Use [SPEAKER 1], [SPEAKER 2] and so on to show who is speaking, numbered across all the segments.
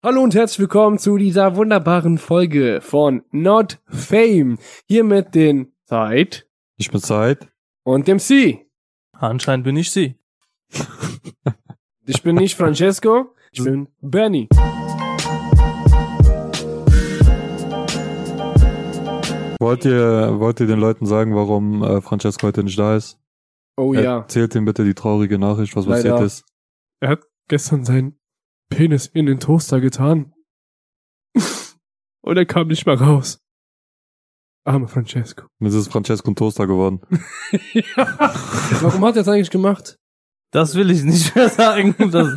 [SPEAKER 1] Hallo und herzlich willkommen zu dieser wunderbaren Folge von Not Fame. Hier mit den Zeit
[SPEAKER 2] Ich bin Zeit.
[SPEAKER 1] und dem C.
[SPEAKER 3] Anscheinend bin ich sie.
[SPEAKER 1] Ich bin nicht Francesco, ich bin Benny.
[SPEAKER 2] Wollt ihr, wollt ihr den Leuten sagen, warum äh, Francesco heute nicht da ist?
[SPEAKER 1] Oh ja,
[SPEAKER 2] Erzählt ihm bitte die traurige Nachricht, was
[SPEAKER 1] Leider.
[SPEAKER 2] passiert ist.
[SPEAKER 1] er hat gestern seinen Penis in den Toaster getan. Und er kam nicht mal raus. Arme Francesco.
[SPEAKER 2] Jetzt ist Francesco ein Toaster geworden.
[SPEAKER 1] Warum hat er das eigentlich gemacht?
[SPEAKER 3] Das will ich nicht mehr sagen. Das,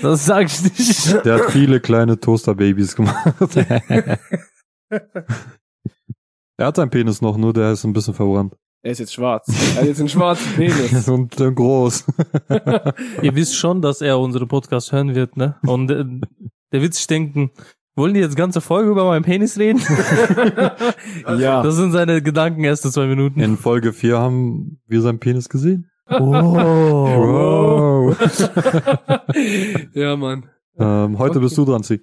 [SPEAKER 3] das sag ich nicht.
[SPEAKER 2] Der hat viele kleine Toasterbabys gemacht. er hat seinen Penis noch, nur der ist ein bisschen verbrannt.
[SPEAKER 1] Er ist jetzt schwarz. Er hat jetzt einen schwarzen Penis.
[SPEAKER 2] Und äh, groß.
[SPEAKER 3] Ihr wisst schon, dass er unsere Podcast hören wird, ne? Und äh, der wird sich denken, wollen die jetzt ganze Folge über meinen Penis reden?
[SPEAKER 1] ja.
[SPEAKER 3] Das sind seine Gedanken erste zwei Minuten.
[SPEAKER 2] In Folge 4 haben wir seinen Penis gesehen.
[SPEAKER 3] Oh.
[SPEAKER 1] Wow. ja, Mann.
[SPEAKER 2] Ähm, heute bist du dran, Sie.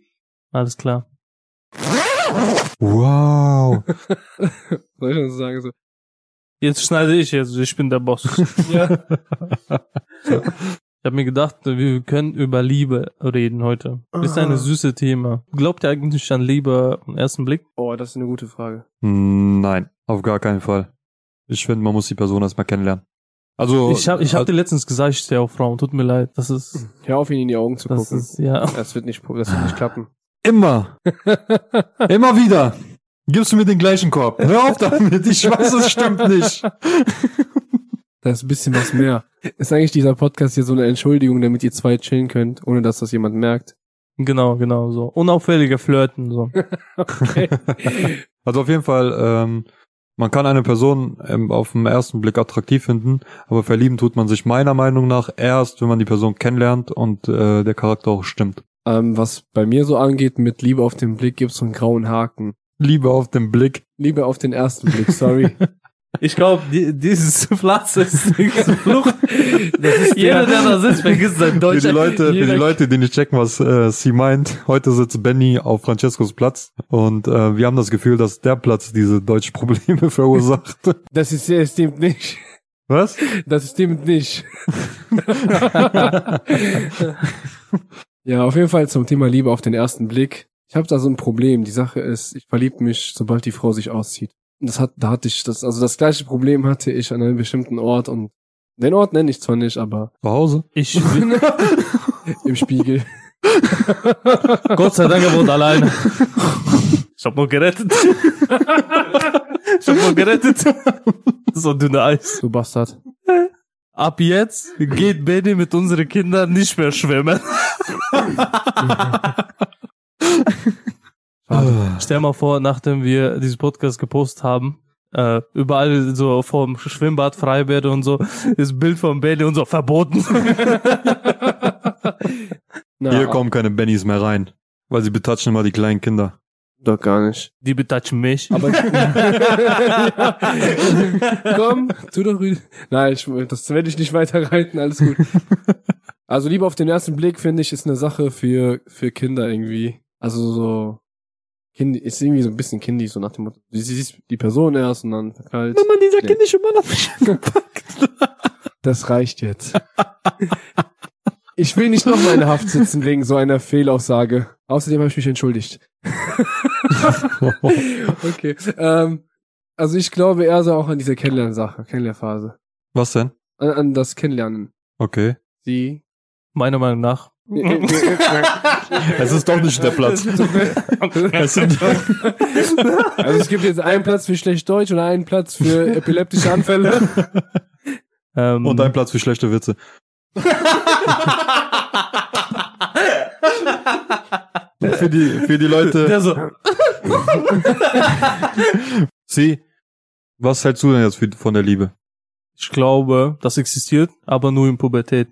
[SPEAKER 3] Alles klar.
[SPEAKER 2] Wow.
[SPEAKER 1] Soll ich das sagen? So.
[SPEAKER 3] Jetzt schneide ich jetzt, ich bin der Boss. Ich
[SPEAKER 1] Ja.
[SPEAKER 3] habe mir gedacht, wir können über Liebe reden heute. Ist
[SPEAKER 1] Aha.
[SPEAKER 3] eine süße Thema. Glaubt ihr eigentlich an Liebe im ersten Blick?
[SPEAKER 1] Oh, das ist eine gute Frage.
[SPEAKER 2] Nein, auf gar keinen Fall. Ich finde, man muss die Person erstmal kennenlernen. Also
[SPEAKER 3] Ich habe ich hab dir letztens gesagt, ich stehe auf Frauen. Tut mir leid. Das ist,
[SPEAKER 1] Hör auf, ihn in die Augen zu
[SPEAKER 3] das
[SPEAKER 1] gucken.
[SPEAKER 3] ist, ja.
[SPEAKER 1] das, wird nicht, das wird nicht klappen.
[SPEAKER 2] Immer. Immer wieder. Gibst du mir den gleichen Korb. Hör auf damit. Ich weiß, es stimmt nicht.
[SPEAKER 1] Da ist ein bisschen was mehr. Ist eigentlich dieser Podcast hier so eine Entschuldigung, damit ihr zwei chillen könnt, ohne dass das jemand merkt?
[SPEAKER 3] Genau, genau, so. Unauffälliger Flirten, so.
[SPEAKER 2] Also auf jeden Fall, ähm, man kann eine Person ähm, auf den ersten Blick attraktiv finden, aber verlieben tut man sich meiner Meinung nach erst, wenn man die Person kennenlernt und äh, der Charakter auch stimmt.
[SPEAKER 1] Ähm, was bei mir so angeht, mit Liebe auf den Blick gibt's so einen grauen Haken.
[SPEAKER 2] Liebe auf den Blick.
[SPEAKER 1] Liebe auf den ersten Blick, sorry.
[SPEAKER 3] Ich glaube, die, dieses Platz ist diese Flucht. Jeder, der da sitzt, vergisst sein
[SPEAKER 2] Für
[SPEAKER 3] Deutsch.
[SPEAKER 2] die Leute, für die Leute, die nicht checken, was äh, sie meint, heute sitzt Benny auf Francescos Platz und äh, wir haben das Gefühl, dass der Platz diese Deutschprobleme verursacht.
[SPEAKER 1] Das ist es stimmt nicht.
[SPEAKER 2] Was?
[SPEAKER 1] Das stimmt nicht. ja, auf jeden Fall zum Thema Liebe auf den ersten Blick. Ich habe da so ein Problem. Die Sache ist, ich verlieb mich, sobald die Frau sich auszieht. Und das hat, da hatte ich das, also das gleiche Problem hatte ich an einem bestimmten Ort und den Ort nenne ich zwar nicht, aber
[SPEAKER 2] Zu Hause?
[SPEAKER 3] Ich,
[SPEAKER 1] im Spiegel.
[SPEAKER 3] Gott sei Dank, er wohnt alleine. Ich hab noch gerettet. Ich hab noch gerettet. So dünne Eis.
[SPEAKER 1] Du Bastard.
[SPEAKER 3] Ab jetzt geht Benny mit unseren Kindern nicht mehr schwimmen. Stell mal vor, nachdem wir diesen Podcast gepostet haben, äh, überall so vom Schwimmbad, Freibäder und so, ist Bild von Benny und so verboten.
[SPEAKER 1] Na,
[SPEAKER 2] Hier kommen keine Bennys mehr rein, weil sie betatschen immer die kleinen Kinder.
[SPEAKER 1] Doch gar nicht.
[SPEAKER 3] Die betatschen mich.
[SPEAKER 1] Aber ja. komm, tu doch rüber. Nein, ich, das werde ich nicht weiterreiten, alles gut. Also Liebe auf den ersten Blick, finde ich, ist eine Sache für, für Kinder irgendwie. Also so, kind, ist irgendwie so ein bisschen kindisch, so nach dem Motto, du siehst die Person erst und dann halt. verknallt.
[SPEAKER 2] Mann, dieser
[SPEAKER 1] Nee.
[SPEAKER 2] kindische Mann hat mich angepackt.
[SPEAKER 1] Das reicht jetzt. Ich will nicht nochmal in Haft sitzen wegen so einer Fehlaussage. Außerdem habe ich mich entschuldigt. Okay. Ähm, also ich glaube eher so auch an diese Kennenlernsache, Kennenlernphase.
[SPEAKER 2] Was denn?
[SPEAKER 1] An, an Äh, ähm, das Kennenlernen.
[SPEAKER 2] Okay.
[SPEAKER 1] Sie. Äh,
[SPEAKER 3] Meiner Meinung nach.
[SPEAKER 2] Es ist doch nicht der Platz.
[SPEAKER 1] also es gibt jetzt einen Platz für schlecht Deutsch oder einen Platz für epileptische Anfälle.
[SPEAKER 3] Ähm,
[SPEAKER 2] Und ein Platz für schlechte Witze. für die, für die Leute.
[SPEAKER 3] der so,
[SPEAKER 2] Sie, was hältst du denn jetzt für, von der Liebe?
[SPEAKER 3] ich glaube, das existiert, aber nur in Pubertät.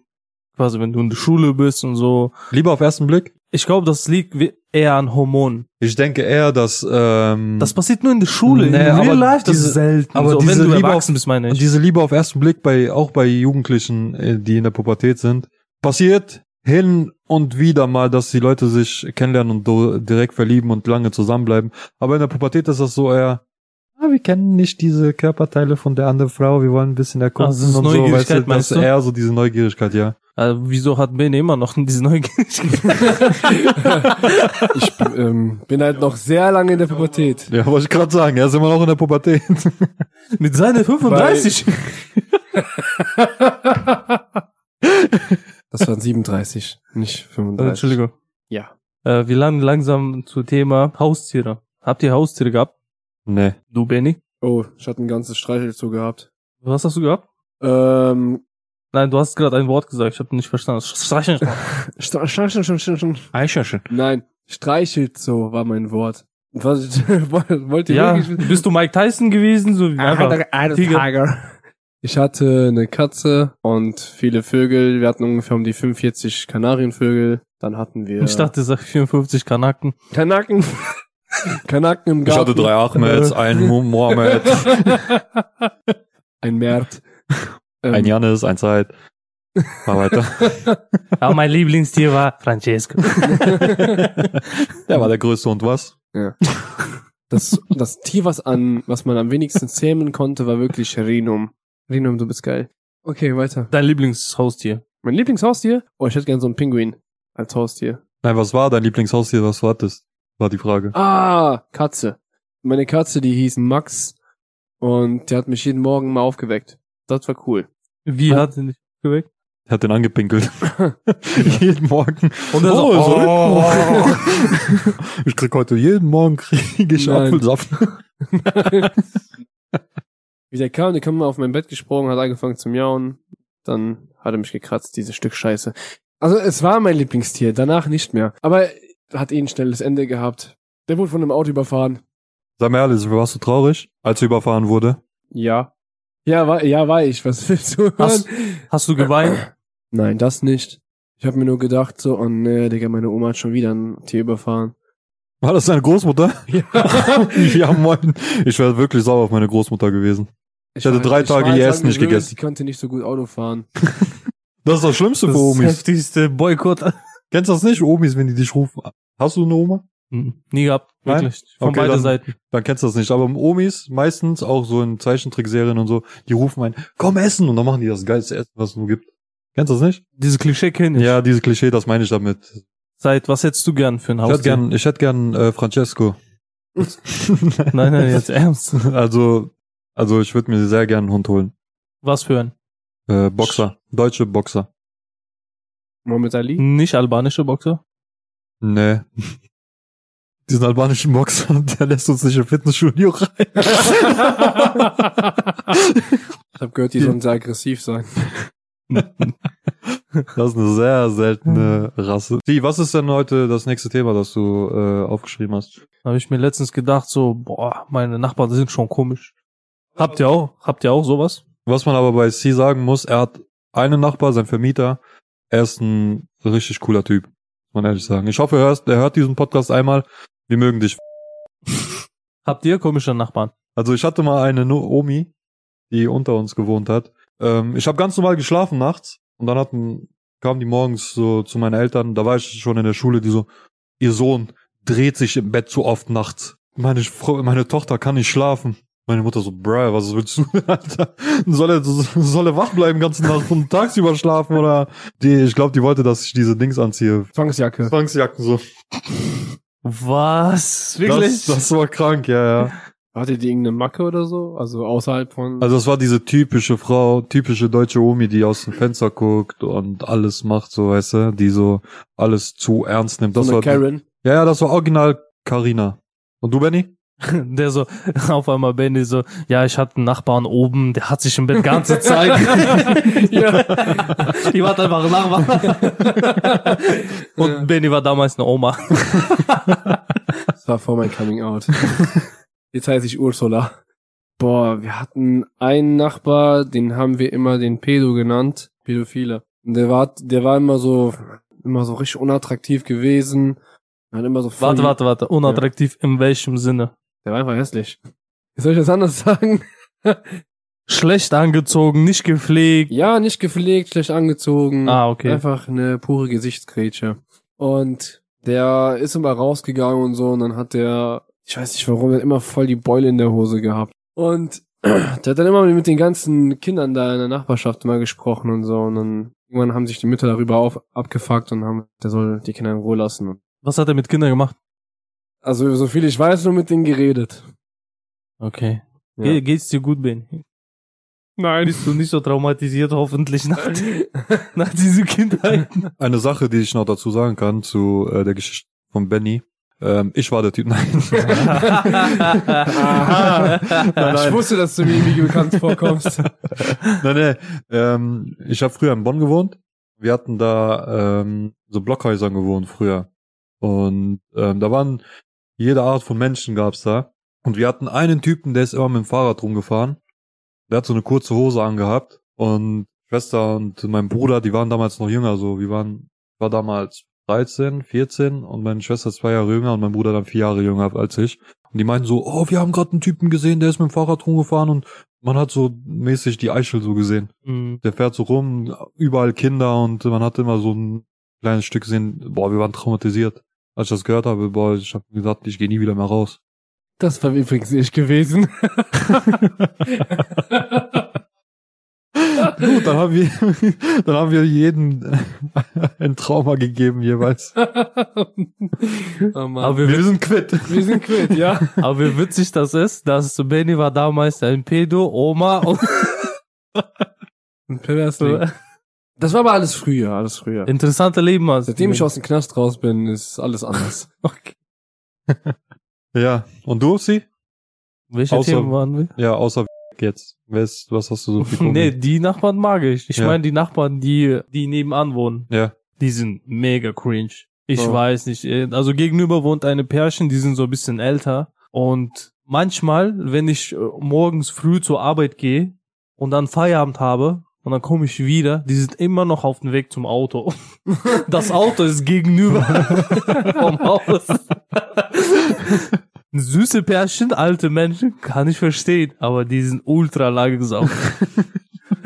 [SPEAKER 3] Quasi, wenn du in der Schule bist und so.
[SPEAKER 2] Liebe auf ersten Blick?
[SPEAKER 3] Ich glaube, das liegt we- eher an Hormonen.
[SPEAKER 2] Ich denke eher, dass ähm,
[SPEAKER 1] Hm.
[SPEAKER 3] Das passiert nur in der Schule.
[SPEAKER 2] Nee,
[SPEAKER 3] in
[SPEAKER 2] aber
[SPEAKER 3] Real Life, das
[SPEAKER 2] diese-
[SPEAKER 3] ist selten.
[SPEAKER 2] aber
[SPEAKER 3] so,
[SPEAKER 2] diese
[SPEAKER 3] wenn du
[SPEAKER 2] Liebe
[SPEAKER 3] erwachsen bist, meine ich.
[SPEAKER 2] diese Liebe auf ersten Blick bei auch bei Jugendlichen, äh, die in der Pubertät sind, passiert hin und wieder mal, dass die Leute sich kennenlernen und do- direkt verlieben und lange zusammenbleiben. Aber in der Pubertät ist das so eher, ah, wir kennen nicht diese Körperteile von der anderen Frau, wir wollen ein bisschen erkunden
[SPEAKER 3] Also das ist
[SPEAKER 2] und so.
[SPEAKER 3] Neugierigkeit,
[SPEAKER 2] du, das
[SPEAKER 3] meinst
[SPEAKER 2] ist
[SPEAKER 3] du?
[SPEAKER 2] eher so diese Neugierigkeit, ja.
[SPEAKER 3] Also, wieso hat Bene immer noch diese Neugierigkeit?
[SPEAKER 1] Ich ähm, bin halt noch sehr lange in der Pubertät.
[SPEAKER 2] Ja, wollte ich gerade sagen, er ist immer noch in der Pubertät.
[SPEAKER 3] Mit seiner 35?
[SPEAKER 1] Das waren 37, nicht
[SPEAKER 2] Äh,
[SPEAKER 1] 35.
[SPEAKER 3] Äh, Entschuldigung.
[SPEAKER 1] Ja.
[SPEAKER 3] Äh, wir landen langsam zu Thema Haustiere. Habt ihr Haustiere gehabt?
[SPEAKER 2] nee.
[SPEAKER 3] Du, Benny?
[SPEAKER 1] Oh, ich hatte ein ganzes Streichelzoo gehabt.
[SPEAKER 3] Was hast du gehabt?
[SPEAKER 1] Ähm,
[SPEAKER 3] Nein, du hast gerade ein Wort gesagt. Ich habe nicht verstanden. Streicheln.
[SPEAKER 1] Stra- Stra- Stra- Stra- Stra-
[SPEAKER 3] Ah,
[SPEAKER 2] Eichhörnchen.
[SPEAKER 1] Nein, Streichelzoo war mein Wort. Was wollt ihr
[SPEAKER 3] Ja,
[SPEAKER 1] wirklich?
[SPEAKER 3] bist du Mike Tyson gewesen? So wie
[SPEAKER 2] Ah,
[SPEAKER 3] einfach. Tiger.
[SPEAKER 1] Ich hatte eine Katze und viele Vögel. Wir hatten ungefähr um die 45 Kanarienvögel. Dann hatten wir
[SPEAKER 3] Ich dachte, sag 54 Kanaken.
[SPEAKER 1] Kanaken. Kanaken im
[SPEAKER 2] Ich
[SPEAKER 1] Garten.
[SPEAKER 2] hatte drei Ahmeds, einen Mu- Mohammed,
[SPEAKER 1] Ein Mert. Ähm,
[SPEAKER 2] ein Janis, ein Zeit. Mal weiter.
[SPEAKER 3] Aber mein Lieblingstier war Francesco.
[SPEAKER 2] Der war der größte und was?
[SPEAKER 1] Das, das Tier, was, an, was man am wenigsten zähmen konnte, war wirklich Renum. Renum, du bist geil. Okay, weiter.
[SPEAKER 3] Dein Lieblingshaustier.
[SPEAKER 1] Mein Lieblingshaustier? Oh, ich hätte gern so einen Pinguin als Haustier.
[SPEAKER 2] Nein, was war dein Lieblingshaustier, was du hattest? War die Frage.
[SPEAKER 1] Ah, Katze. Meine Katze, die hieß Max und die hat mich jeden Morgen mal aufgeweckt. Das war cool.
[SPEAKER 3] Wie hat er dich geweckt?
[SPEAKER 2] Er hat den angepinkelt. jeden Morgen.
[SPEAKER 3] Und er
[SPEAKER 2] Oh, so-
[SPEAKER 3] so,
[SPEAKER 2] ich krieg heute jeden Morgen krieg ich
[SPEAKER 1] Nein.
[SPEAKER 2] Apfelsaft.
[SPEAKER 1] Wie der kam, der kam mal auf mein Bett gesprungen, hat angefangen zu miauen. Dann hat er mich gekratzt, dieses Stück Scheiße. Also es war mein Lieblingstier, danach nicht mehr. Aber hat eh ein schnelles Ende gehabt. Der wurde von einem Auto überfahren.
[SPEAKER 2] Sag mir ehrlich, warst du traurig, als er überfahren wurde?
[SPEAKER 1] Ja. Ja, war, ja, war ich. Was willst du hören?
[SPEAKER 3] Hast, hast du geweint?
[SPEAKER 1] Nein, das nicht. Ich habe mir nur gedacht so, oh nee, Digga, meine Oma hat schon wieder ein Tier überfahren.
[SPEAKER 2] War das deine Großmutter?
[SPEAKER 1] Ja.
[SPEAKER 2] ja, moin. Ich wäre wirklich sauer auf meine Großmutter gewesen. Ich hatte
[SPEAKER 1] war-
[SPEAKER 2] drei Tage
[SPEAKER 1] war
[SPEAKER 2] ihr
[SPEAKER 1] halt
[SPEAKER 2] Essen nicht
[SPEAKER 1] angewöhnt,
[SPEAKER 2] gegessen.
[SPEAKER 1] Sie konnte nicht so gut Auto fahren.
[SPEAKER 2] Das ist das Schlimmste
[SPEAKER 3] Das
[SPEAKER 2] für Omis.
[SPEAKER 3] heftigste Boykott.
[SPEAKER 2] Kennst du das nicht, Omis, wenn die dich rufen? Hast du eine Oma?
[SPEAKER 3] Hm, Nie gehabt,
[SPEAKER 2] Nein?
[SPEAKER 3] wirklich. Von
[SPEAKER 2] Okay,
[SPEAKER 3] beiden
[SPEAKER 2] dann-
[SPEAKER 3] Seiten.
[SPEAKER 2] Dann kennst du das nicht. Aber Omis, meistens auch so in Zeichentrickserien und so, die rufen ein, komm essen! Und dann machen die das geilste Essen, was es nur gibt. Kennst du das nicht?
[SPEAKER 3] Diese Klischee kenne ich.
[SPEAKER 2] Ja, diese Klischee, das meine ich damit.
[SPEAKER 3] Seit, was hättest du gern für ein
[SPEAKER 2] Ich hätte
[SPEAKER 3] Haustier?
[SPEAKER 2] gern, ich hätte gern äh, Francesco.
[SPEAKER 3] Nein, nein, jetzt ernst.
[SPEAKER 2] Also, also ich würde mir sehr gern einen Hund holen.
[SPEAKER 3] Was für ein?
[SPEAKER 2] Äh, Boxer, deutsche Boxer.
[SPEAKER 1] Mohammed Ali?
[SPEAKER 3] Nicht albanische Boxer?
[SPEAKER 2] Nee. Diesen albanischen Boxer, der lässt uns nicht im Fitnessstudio rein.
[SPEAKER 1] Ich habe
[SPEAKER 2] Hm.
[SPEAKER 1] gehört, die sollen sehr aggressiv sein.
[SPEAKER 2] Das ist eine sehr seltene Rasse. Sie, was ist denn heute das nächste Thema, das du äh, aufgeschrieben hast?
[SPEAKER 3] Habe ich mir letztens gedacht, so, boah, meine Nachbarn sind schon komisch. Habt ihr auch, habt ihr auch sowas?
[SPEAKER 2] Was man aber bei C sagen muss, er hat einen Nachbar, sein Vermieter. Er ist ein richtig cooler Typ, muss man ehrlich sagen. Ich hoffe, er hört, er hört diesen Podcast einmal. Wir mögen dich.
[SPEAKER 3] Habt ihr komische Nachbarn?
[SPEAKER 2] Also ich hatte mal eine Nu- Omi, die unter uns gewohnt hat. Ähm, ich habe ganz normal geschlafen nachts und dann hatten, kamen die morgens so zu meinen Eltern. Da war ich schon in der Schule, die so, ihr Sohn dreht sich im Bett zu oft nachts. Meine, Frau, meine Tochter kann nicht schlafen. Meine Mutter so, bruh, was willst du, Alter? Soll er, soll er wach bleiben ganze Nacht und tagsüber schlafen oder? Die, ich glaube, die wollte, dass ich diese Dings anziehe.
[SPEAKER 1] Zwangsjacke.
[SPEAKER 2] Zwangsjacken so.
[SPEAKER 3] Was?
[SPEAKER 2] Das, das war krank, ja, ja.
[SPEAKER 1] Hatte die irgendeine Macke oder so? Also außerhalb von...
[SPEAKER 2] Also es war diese typische Frau, typische deutsche Omi, die aus dem Fenster guckt und alles macht, so weißt du, die so alles zu ernst nimmt. Das
[SPEAKER 1] so
[SPEAKER 2] war
[SPEAKER 1] eine Karen.
[SPEAKER 2] Ja, ja, das war original Karina. Und du, Benny?
[SPEAKER 3] Der so, auf einmal Benny so, ja, ich hatte einen Nachbarn oben, der hat sich im Bett ganze Zeit. ja. Die war einfach ein Nachbar. Und Benny war damals eine Oma.
[SPEAKER 1] Das war vor meinem Coming Out. Jetzt heiße ich Ursula. Boah, wir hatten einen Nachbar, den haben wir immer den Pedo genannt. Pädophile. Und der war, der war immer so, immer so richtig unattraktiv gewesen. Hat immer so voll-
[SPEAKER 3] Warte, warte, warte. Unattraktiv in welchem Sinne?
[SPEAKER 1] Der war einfach hässlich. Wie soll ich das anders sagen?
[SPEAKER 3] Schlecht angezogen, nicht gepflegt.
[SPEAKER 1] Ja, nicht gepflegt, schlecht angezogen.
[SPEAKER 3] Ah, okay.
[SPEAKER 1] Einfach eine pure Gesichtsgrätsche. Und der ist immer rausgegangen und so und dann hat der, ich weiß nicht warum, der hat immer voll die Beule in der Hose gehabt. Und der hat dann immer mit den ganzen Kindern da in der Nachbarschaft mal gesprochen und so und dann irgendwann haben sich die Mütter darüber auf, abgefuckt und haben, der soll die Kinder in Ruhe lassen.
[SPEAKER 3] Was hat er mit Kindern gemacht?
[SPEAKER 1] Also so viel ich weiß, nur mit denen geredet.
[SPEAKER 3] Okay.
[SPEAKER 1] Ja.
[SPEAKER 3] Ge geht's dir gut, Ben?
[SPEAKER 1] Nein.
[SPEAKER 3] Bist du nicht so traumatisiert, hoffentlich, nach, nach dieser Kindheit?
[SPEAKER 2] Eine Sache, die ich noch dazu sagen kann zu äh, der Geschichte von Benny. Ähm, ich war der Typ. Nein.
[SPEAKER 1] Ich wusste, dass du mir irgendwie bekannt vorkommst.
[SPEAKER 2] nein, nein. Ähm, ich habe früher in Bonn gewohnt. Wir hatten da ähm, so Blockhäusern gewohnt früher. Und ähm, da waren jede Art von Menschen gab's da. Und wir hatten einen Typen, der ist immer mit dem Fahrrad rumgefahren. Der hat so eine kurze Hose angehabt. Und Schwester und mein Bruder, die waren damals noch jünger. So, wir waren, ich war damals 13, 14 und meine Schwester ist zwei Jahre jünger und mein Bruder dann vier Jahre jünger als ich. Und die meinten so, oh, wir haben gerade einen Typen gesehen, der ist mit dem Fahrrad rumgefahren und man hat so mäßig die Eichel so gesehen.
[SPEAKER 3] Mhm.
[SPEAKER 2] Der fährt so rum, überall Kinder und man hat immer so ein kleines Stück gesehen, boah, wir waren traumatisiert. Als ich das gehört habe, boah, ich habe gesagt, ich gehe nie wieder mehr raus.
[SPEAKER 1] Das war übrigens ich gewesen.
[SPEAKER 2] Gut, dann haben wir, dann haben wir jedem ein Trauma gegeben jeweils.
[SPEAKER 1] Oh Mann.
[SPEAKER 3] Aber, wir,
[SPEAKER 2] sind quitt.
[SPEAKER 1] wir sind quitt, ja.
[SPEAKER 3] aber wie witzig das ist, dass Benny war damals ein Pedo, Oma und
[SPEAKER 1] Ein Perversling. Das war aber alles früher, alles früher.
[SPEAKER 3] interessante Leben. hast du.
[SPEAKER 1] Seitdem ich aus dem Knast raus bin, ist alles anders.
[SPEAKER 3] Okay.
[SPEAKER 2] Ja. Und du, sie?
[SPEAKER 3] Welche
[SPEAKER 2] Außer-
[SPEAKER 3] Themen waren wir?
[SPEAKER 2] Ja, außer jetzt. Wer ist, was hast du so viel
[SPEAKER 3] Nee,
[SPEAKER 2] Kumpel?
[SPEAKER 3] die Nachbarn mag ich. Ich
[SPEAKER 2] Ja.
[SPEAKER 3] meine, die Nachbarn, die, die nebenan wohnen,
[SPEAKER 2] Ja.
[SPEAKER 3] die sind mega cringe. Ich
[SPEAKER 1] Oh.
[SPEAKER 3] weiß nicht. äh, Also gegenüber wohnt eine Pärchen, die sind so ein bisschen älter. Und manchmal, wenn ich äh, morgens früh zur Arbeit gehe und dann Feierabend habe und dann komme ich wieder, die sind immer noch auf dem Weg zum Auto. Das Auto ist gegenüber vom Haus. Süße Pärchen, alte Menschen, kann ich verstehen, aber die sind ultra lange gesaugt.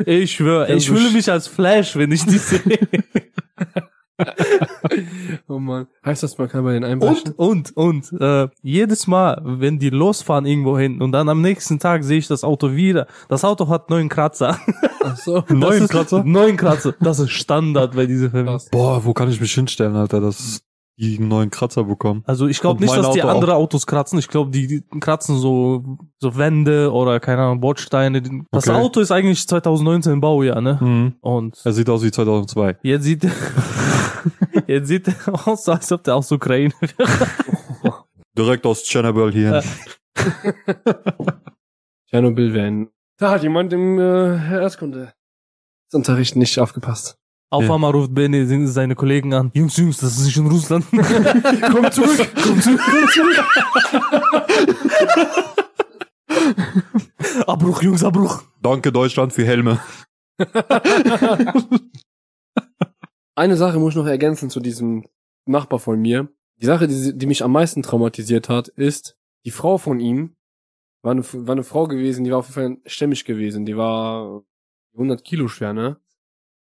[SPEAKER 3] Ich schwöre, ich
[SPEAKER 1] Also
[SPEAKER 3] fühle
[SPEAKER 1] sch-
[SPEAKER 3] mich als Flash, wenn ich die sehe.
[SPEAKER 1] Oh man. Heißt das, man kann bei den einbrechen?
[SPEAKER 3] Und, und, und, äh, jedes Mal, wenn die losfahren irgendwo hin und dann am nächsten Tag sehe ich das Auto wieder. Das Auto hat neun Kratzer.
[SPEAKER 1] Ach so.
[SPEAKER 3] Das
[SPEAKER 2] Neuen
[SPEAKER 3] ist-
[SPEAKER 2] Kratzer?
[SPEAKER 3] Neun Kratzer. Das ist Standard bei dieser Familie.
[SPEAKER 1] Krass.
[SPEAKER 2] Boah, wo kann ich mich hinstellen, Alter, dass die einen neuen Kratzer bekommen?
[SPEAKER 3] Also ich
[SPEAKER 2] Und
[SPEAKER 3] glaube nicht,
[SPEAKER 2] mein
[SPEAKER 3] dass die
[SPEAKER 2] Auto auch.
[SPEAKER 3] andere Autos kratzen. Ich glaube, die die kratzen so, so Wände oder keine Ahnung, Bordsteine. Das
[SPEAKER 2] Okay.
[SPEAKER 3] Auto ist eigentlich 2019 Baujahr, ne?
[SPEAKER 2] Mhm.
[SPEAKER 3] Und
[SPEAKER 2] Er sieht aus wie 2002.
[SPEAKER 3] jetzt sieht, jetzt sieht er aus, als ob der aus Ukraine
[SPEAKER 2] Direkt aus Tschernobyl hier.
[SPEAKER 1] Tschernobyl werden. Da hat jemand im äh, Erdkunde. Unterricht nicht aufgepasst.
[SPEAKER 3] Auf
[SPEAKER 2] Ja.
[SPEAKER 3] einmal ruft Benny se- seine Kollegen an. Jungs, Jungs, das ist nicht in Russland.
[SPEAKER 1] Komm zurück, komm zurück, komm zurück.
[SPEAKER 3] Abbruch, Jungs, Abbruch.
[SPEAKER 2] Danke Deutschland für Helme.
[SPEAKER 1] Eine Sache muss ich noch ergänzen zu diesem Nachbar von mir. Die Sache, die, die mich am meisten traumatisiert hat, ist, die Frau von ihm war eine, war eine Frau gewesen, die war auf jeden Fall stämmig gewesen. Die war 100 Kilo schwer, ne?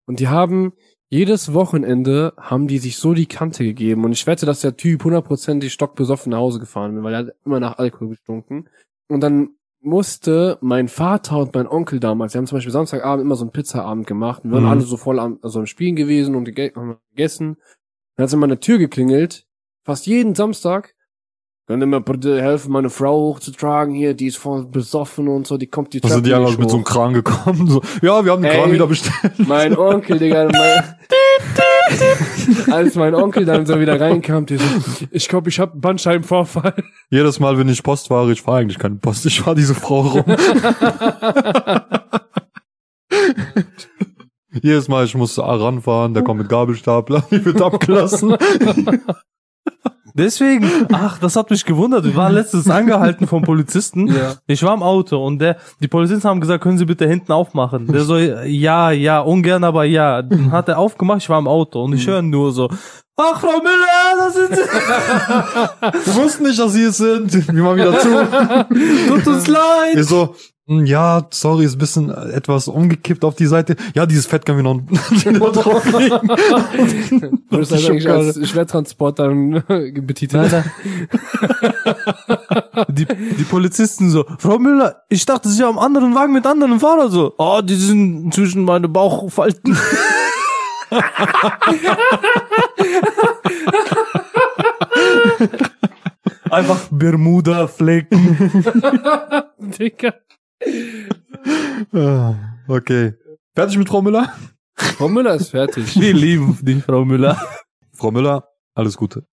[SPEAKER 1] Und die haben jedes Wochenende haben die sich so die Kante gegeben. Und ich wette, dass der Typ hundertprozentig stockbesoffen nach Hause gefahren bin, weil er hat immer nach Alkohol gestunken. Und dann musste mein Vater und mein Onkel damals, die haben zum Beispiel Samstagabend immer so einen Pizzaabend gemacht. Und wir waren
[SPEAKER 2] Mhm.
[SPEAKER 1] alle so voll am, also am Spielen gewesen und gege- haben gegessen. Dann hat es immer an der Tür geklingelt. Fast jeden Samstag. Könnt ihr mir bitte helfen, meine Frau hochzutragen hier? Die ist voll besoffen und so. Die kommt die
[SPEAKER 2] Da sind Also die
[SPEAKER 1] Treppe
[SPEAKER 2] einfach
[SPEAKER 1] nicht
[SPEAKER 2] mit so einem
[SPEAKER 1] hoch.
[SPEAKER 2] Kran gekommen. So, ja, wir haben den
[SPEAKER 1] Ey.
[SPEAKER 2] Kran wieder bestellt.
[SPEAKER 1] Mein Onkel, Digga. Mein Als mein Onkel dann so wieder reinkam, die so, ich glaube, ich habe einen Bandscheibenvorfall.
[SPEAKER 2] Jedes Mal, wenn ich Post fahre, ich fahre eigentlich keine Post. Ich fahre diese Frau rum. Jedes Mal, ich muss ranfahren, der kommt mit Gabelstapler, die wird abgelassen.
[SPEAKER 3] Deswegen, ach, das hat mich gewundert. Wir waren letztens angehalten vom Polizisten.
[SPEAKER 1] Ja.
[SPEAKER 3] Ich war im Auto und der, die Polizisten haben gesagt, können Sie bitte hinten aufmachen. Der so, ja, ja, ungern, aber ja. Dann hat er aufgemacht, ich war im Auto und ich höre nur so, Ach, Frau Müller, das sind Sie.
[SPEAKER 2] Wir wussten nicht, dass sie es sind. Wir machen wieder zu.
[SPEAKER 3] Tut uns leid.
[SPEAKER 2] Wir so, "Hm, ja, sorry, ist ein bisschen äh, etwas umgekippt auf die Seite. Ja, dieses Fett können wir noch drauflegen.
[SPEAKER 1] Du bist
[SPEAKER 2] Das ist
[SPEAKER 1] also eigentlich
[SPEAKER 2] schon
[SPEAKER 1] als Schwertransporter äh, betitelt.
[SPEAKER 3] Nein, nein. Die, die Polizisten so, Frau Müller, ich dachte, Sie haben anderen Wagen mit anderen Fahrern so. Oh, die sind zwischen meine Bauchfalten. Einfach Bermuda-Flecken.
[SPEAKER 1] Digga.
[SPEAKER 2] Ah, okay. Fertig mit Frau Müller?
[SPEAKER 1] Frau Müller ist fertig.
[SPEAKER 3] Wir lieben dich, Frau Müller.
[SPEAKER 2] Frau Müller, alles Gute.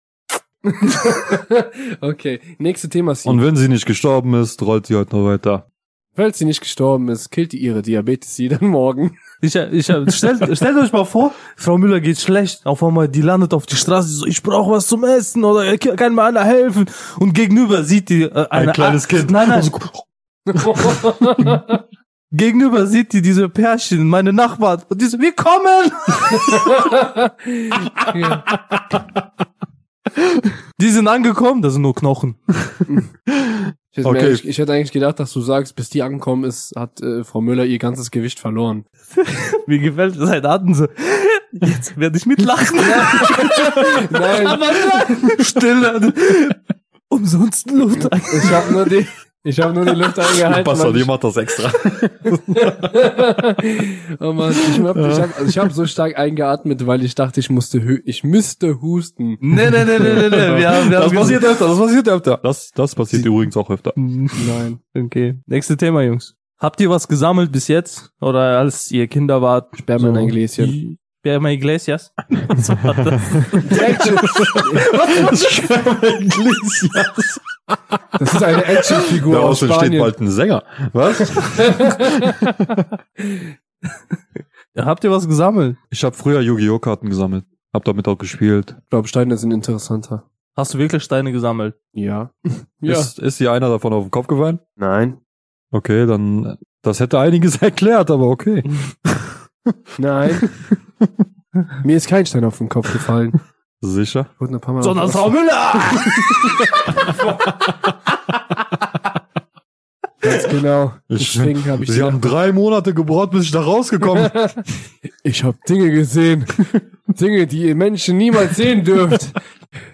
[SPEAKER 1] Okay, nächste Thema ist
[SPEAKER 2] Und wenn sie nicht gestorben ist, rollt sie heute noch weiter.
[SPEAKER 1] Falls sie nicht gestorben ist, killt die ihre Diabetes sie dann morgen.
[SPEAKER 3] Ich, ich, stellt, stellt euch mal vor, Frau Müller geht schlecht. Auf einmal, die landet auf die Straße, so, ich brauche was zum Essen oder kann mir einer helfen. Und gegenüber sieht die äh, eine,
[SPEAKER 2] Ein kleines Kind. Oh,
[SPEAKER 3] Nein, nein,
[SPEAKER 1] Boah,
[SPEAKER 3] Gegenüber sieht die diese Pärchen, meine Nachbarn, und diese, wir kommen! Die sind angekommen, das sind nur Knochen.
[SPEAKER 1] Ich hätte,
[SPEAKER 2] Okay.
[SPEAKER 1] mir, eigentlich- ich hätte eigentlich gedacht, dass du sagst, bis die angekommen ist, hat äh, Frau Müller ihr ganzes Gewicht verloren.
[SPEAKER 3] Mir gefällt sein Atem so. Jetzt werde ich mitlachen.
[SPEAKER 1] Nein,
[SPEAKER 3] Aber nein, Stille. Umsonst Luft.
[SPEAKER 1] ich habe nur die, ich habe nur die Luft eingehalten.
[SPEAKER 2] Pastor,
[SPEAKER 1] Mann.
[SPEAKER 2] die macht das extra.
[SPEAKER 1] oh Mann, ich habe ich hab, also ich hab so stark eingeatmet, weil ich dachte, ich musste, hü- ich müsste husten.
[SPEAKER 3] Nee, nee, nee, nee, nee, nee. Wir haben, wir
[SPEAKER 2] Das
[SPEAKER 3] haben
[SPEAKER 2] passiert öfter, das passiert öfter. Das, das passiert übrigens auch öfter.
[SPEAKER 1] Nein.
[SPEAKER 3] Mhm. Okay. Nächste Thema, Jungs. Habt ihr was gesammelt bis jetzt? Oder als ihr Kinder wart?
[SPEAKER 1] Sperma in ein Gläschen.
[SPEAKER 3] Sperma in Gläschen? Was war das?
[SPEAKER 2] Iglesias.
[SPEAKER 1] Das ist eine Actionfigur aus
[SPEAKER 2] Daraus entsteht
[SPEAKER 1] Spanien.
[SPEAKER 2] bald ein Sänger. Was?
[SPEAKER 3] Habt ihr was gesammelt?
[SPEAKER 2] Ich habe früher Yu-Gi-Oh! Karten gesammelt. Hab damit auch gespielt.
[SPEAKER 1] Ich glaube, Steine sind interessanter.
[SPEAKER 3] Hast du wirklich Steine gesammelt?
[SPEAKER 1] Ja.
[SPEAKER 2] Ist, ist dir einer davon auf den Kopf gefallen?
[SPEAKER 1] Nein.
[SPEAKER 2] Okay, dann, das hätte einiges erklärt, aber okay.
[SPEAKER 1] Nein. Mir ist kein Stein auf den Kopf gefallen.
[SPEAKER 2] Sicher?
[SPEAKER 1] Ich wurde ein paar Mal
[SPEAKER 3] Sondern
[SPEAKER 1] auf-
[SPEAKER 3] Frau Müller!
[SPEAKER 1] Ganz genau.
[SPEAKER 2] Ich-
[SPEAKER 1] Deswegen habe ich
[SPEAKER 2] Sie haben drei Monate gebraucht, bis ich da rausgekommen bin.
[SPEAKER 1] Ich habe Dinge gesehen. Dinge, die ihr Menschen niemals sehen dürft.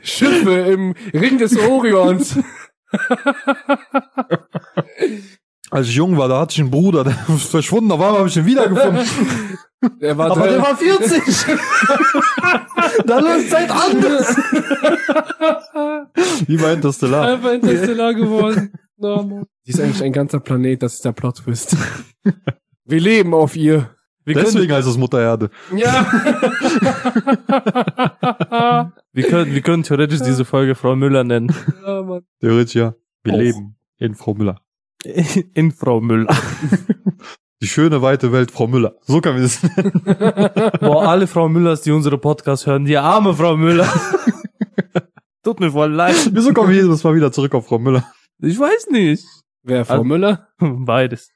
[SPEAKER 1] Schiffe im Ring des Orions.
[SPEAKER 2] Als ich jung war, da hatte ich einen Bruder, der ist verschwunden, auf einmal habe ich ihn wiedergefunden.
[SPEAKER 1] Er war
[SPEAKER 3] Aber
[SPEAKER 1] drei-
[SPEAKER 3] der war 40! da läuft Zeit anders!
[SPEAKER 2] Wie bei Interstellar.
[SPEAKER 1] einfach interstellar geworden. Die ist eigentlich ein ganzer Planet, das ist der Plot-Twist. Wir leben auf ihr.
[SPEAKER 3] Wir können,
[SPEAKER 2] Deswegen heißt es Mutter Erde.
[SPEAKER 1] Ja.
[SPEAKER 3] wir, können, wir können theoretisch diese Folge Frau Müller nennen.
[SPEAKER 1] ja Mann.
[SPEAKER 2] Theoretisch ja. Wir
[SPEAKER 3] Auch.
[SPEAKER 2] leben in Frau Müller.
[SPEAKER 3] In Frau Müller.
[SPEAKER 2] Die schöne weite Welt Frau Müller. So kann man das nennen.
[SPEAKER 3] Boah, alle Frau Müllers, die unsere Podcasts hören, die arme Frau Müller. Tut mir voll leid.
[SPEAKER 2] Wieso kommen wir jedes Mal wieder zurück auf Frau Müller?
[SPEAKER 3] Ich weiß nicht.
[SPEAKER 1] Wer, Frau
[SPEAKER 3] Also-
[SPEAKER 1] Müller?
[SPEAKER 3] Beides.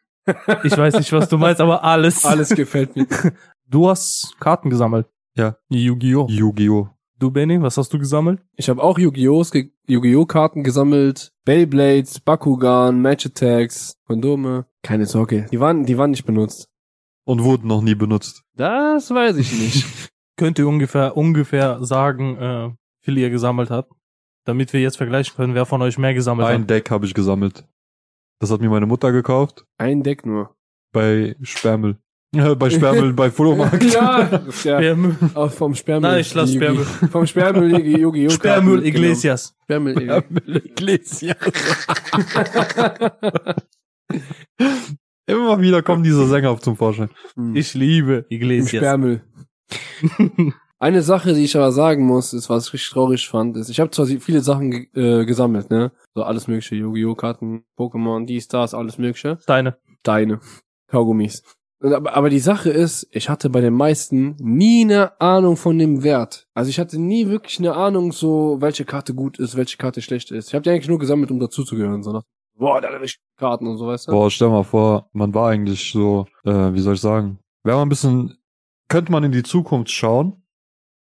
[SPEAKER 3] Ich weiß nicht, was du meinst, aber alles.
[SPEAKER 1] Alles gefällt mir.
[SPEAKER 3] Du hast Karten gesammelt.
[SPEAKER 2] Ja.
[SPEAKER 3] Yu-Gi-Oh!
[SPEAKER 2] Yu-Gi-Oh!
[SPEAKER 3] Du, Benny, was hast du gesammelt?
[SPEAKER 1] Ich habe auch Yu-Gi-Oh! ge- Yu-Gi-Oh! Karten gesammelt, Beyblades, Bakugan, Match Attacks, Kondome. Keine Sorge, die waren, die waren nicht benutzt.
[SPEAKER 2] Und wurden noch nie benutzt.
[SPEAKER 1] Das weiß ich nicht.
[SPEAKER 3] Könnt ihr ungefähr, ungefähr sagen, äh, wie viel ihr gesammelt habt? Damit wir jetzt vergleichen können, wer von euch mehr gesammelt
[SPEAKER 2] Ein Deck habe ich gesammelt. Das hat mir meine Mutter gekauft.
[SPEAKER 1] Ein Deck nur.
[SPEAKER 2] Bei Spermel. Äh, bei Spermel, bei Flohmarkt.
[SPEAKER 1] das ist ja.
[SPEAKER 3] hat. Sperrmüll,
[SPEAKER 1] Auch Ah, vom Sperrmüll.
[SPEAKER 3] Nein, ich lass
[SPEAKER 1] die Yu-Gi-
[SPEAKER 3] Sperrmüll.
[SPEAKER 1] Vom Sperrmüll die Yu-Gi-Oh! Karten
[SPEAKER 3] Sperrmüll
[SPEAKER 1] mitgenommen.
[SPEAKER 3] Iglesias.
[SPEAKER 1] genau. Sperrmüll Iglesias.
[SPEAKER 2] Immer wieder kommen diese Sänger zum Vorschein.
[SPEAKER 3] Ich liebe Iglesias.
[SPEAKER 1] Hm. Sperrmüll. Eine Sache, die ich aber sagen muss, ist, was ich richtig traurig fand, ist, ich habe zwar viele Sachen ge- äh, gesammelt, ne? So alles mögliche, Yu-Gi-Oh! Karten, Pokémon, dies, das, alles mögliche.
[SPEAKER 3] Deine.
[SPEAKER 1] Deine. Kaugummis. Und Aber, aber die Sache ist, ich hatte bei den meisten nie eine Ahnung von dem Wert. Also ich hatte nie wirklich eine Ahnung, so welche Karte gut ist, welche Karte schlecht ist. Ich habe die eigentlich nur gesammelt, um dazuzugehören. So, nach, boah, da habe ich Karten und so, weißt du?
[SPEAKER 2] Boah, stell mal vor, man war eigentlich so, äh, wie soll ich sagen, wäre man ein bisschen, könnte man in die Zukunft schauen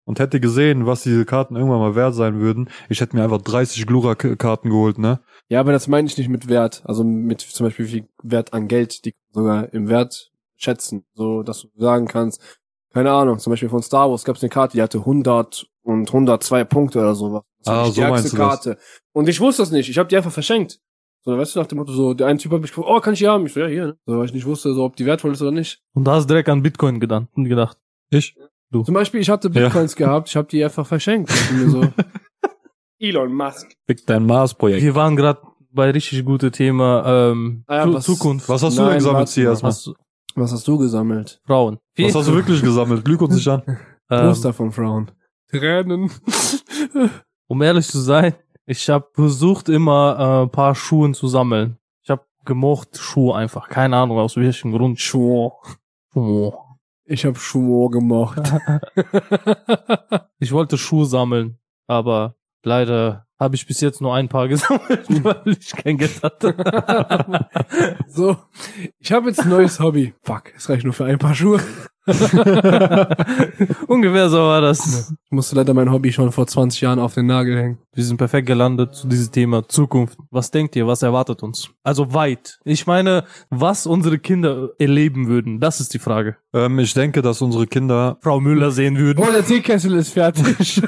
[SPEAKER 2] und hätte gesehen, was diese Karten irgendwann mal wert sein würden, ich hätte mir einfach 30 Glura-Karten geholt, ne?
[SPEAKER 1] Ja, aber das meine ich nicht mit Wert. Also mit zum Beispiel wie viel Wert an Geld, die sogar im Wert schätzen. So, dass du sagen kannst, keine Ahnung, zum Beispiel von Star Wars gab es eine Karte, die hatte 100 und 102 Punkte oder sowas. Das war
[SPEAKER 2] Ah,
[SPEAKER 1] die
[SPEAKER 2] so
[SPEAKER 1] stärkste
[SPEAKER 2] meinst du das.
[SPEAKER 1] Karte. Und ich wusste das nicht. Ich habe die einfach verschenkt. So, weißt du, nach dem Motto, so, der eine Typ hat mich gefragt, oh, kann ich die haben? Ich so, ja, hier. ne? So, weil ich nicht wusste, so, ob die wertvoll ist oder nicht.
[SPEAKER 3] Und da hast du direkt an Bitcoin gedacht. gedacht.
[SPEAKER 2] Ich?
[SPEAKER 1] Zum Beispiel, ich hatte
[SPEAKER 2] Ja.
[SPEAKER 1] Bitcoins gehabt, ich habe die einfach verschenkt. Und mir so, Elon Musk.
[SPEAKER 2] Fick dein Mars-Projekt.
[SPEAKER 3] Wir waren gerade bei richtig gutem Thema ähm,
[SPEAKER 1] Ah ja,
[SPEAKER 3] Zu-
[SPEAKER 1] was-
[SPEAKER 3] Zukunft.
[SPEAKER 2] Was hast du
[SPEAKER 1] Nein,
[SPEAKER 2] denn gesammelt
[SPEAKER 1] warte
[SPEAKER 2] hier
[SPEAKER 1] mal.
[SPEAKER 2] erstmal?
[SPEAKER 3] Hast du-
[SPEAKER 1] Was hast du gesammelt?
[SPEAKER 3] Frauen.
[SPEAKER 2] Was hast du wirklich gesammelt? Glück uns nicht an.
[SPEAKER 3] ähm,
[SPEAKER 1] Poster von Frauen. Tränen.
[SPEAKER 3] um ehrlich zu sein, ich habe versucht immer äh, ein paar Schuhe zu sammeln. Ich habe gemocht Schuhe einfach. Keine Ahnung aus welchem Grund.
[SPEAKER 1] Schwor.
[SPEAKER 3] Schuhe.
[SPEAKER 1] Ich habe Schwor gemocht.
[SPEAKER 3] Ich wollte Schuhe sammeln, aber leider habe ich bis jetzt nur ein paar gesammelt, weil ich kein Geld hatte.
[SPEAKER 1] So, ich habe jetzt ein neues Hobby. Fuck, es reicht nur für ein paar Schuhe.
[SPEAKER 3] Ungefähr so war das.
[SPEAKER 1] Ich musste leider mein Hobby schon vor 20 Jahren auf den Nagel hängen.
[SPEAKER 3] Wir sind perfekt gelandet zu diesem Thema Zukunft. Was denkt ihr, was erwartet uns? Also weit. Ich meine, was unsere Kinder erleben würden, das ist die Frage.
[SPEAKER 2] Ähm, ich denke, dass unsere Kinder.
[SPEAKER 3] Frau Müller sehen würden.
[SPEAKER 1] Oh, der Teekessel ist fertig.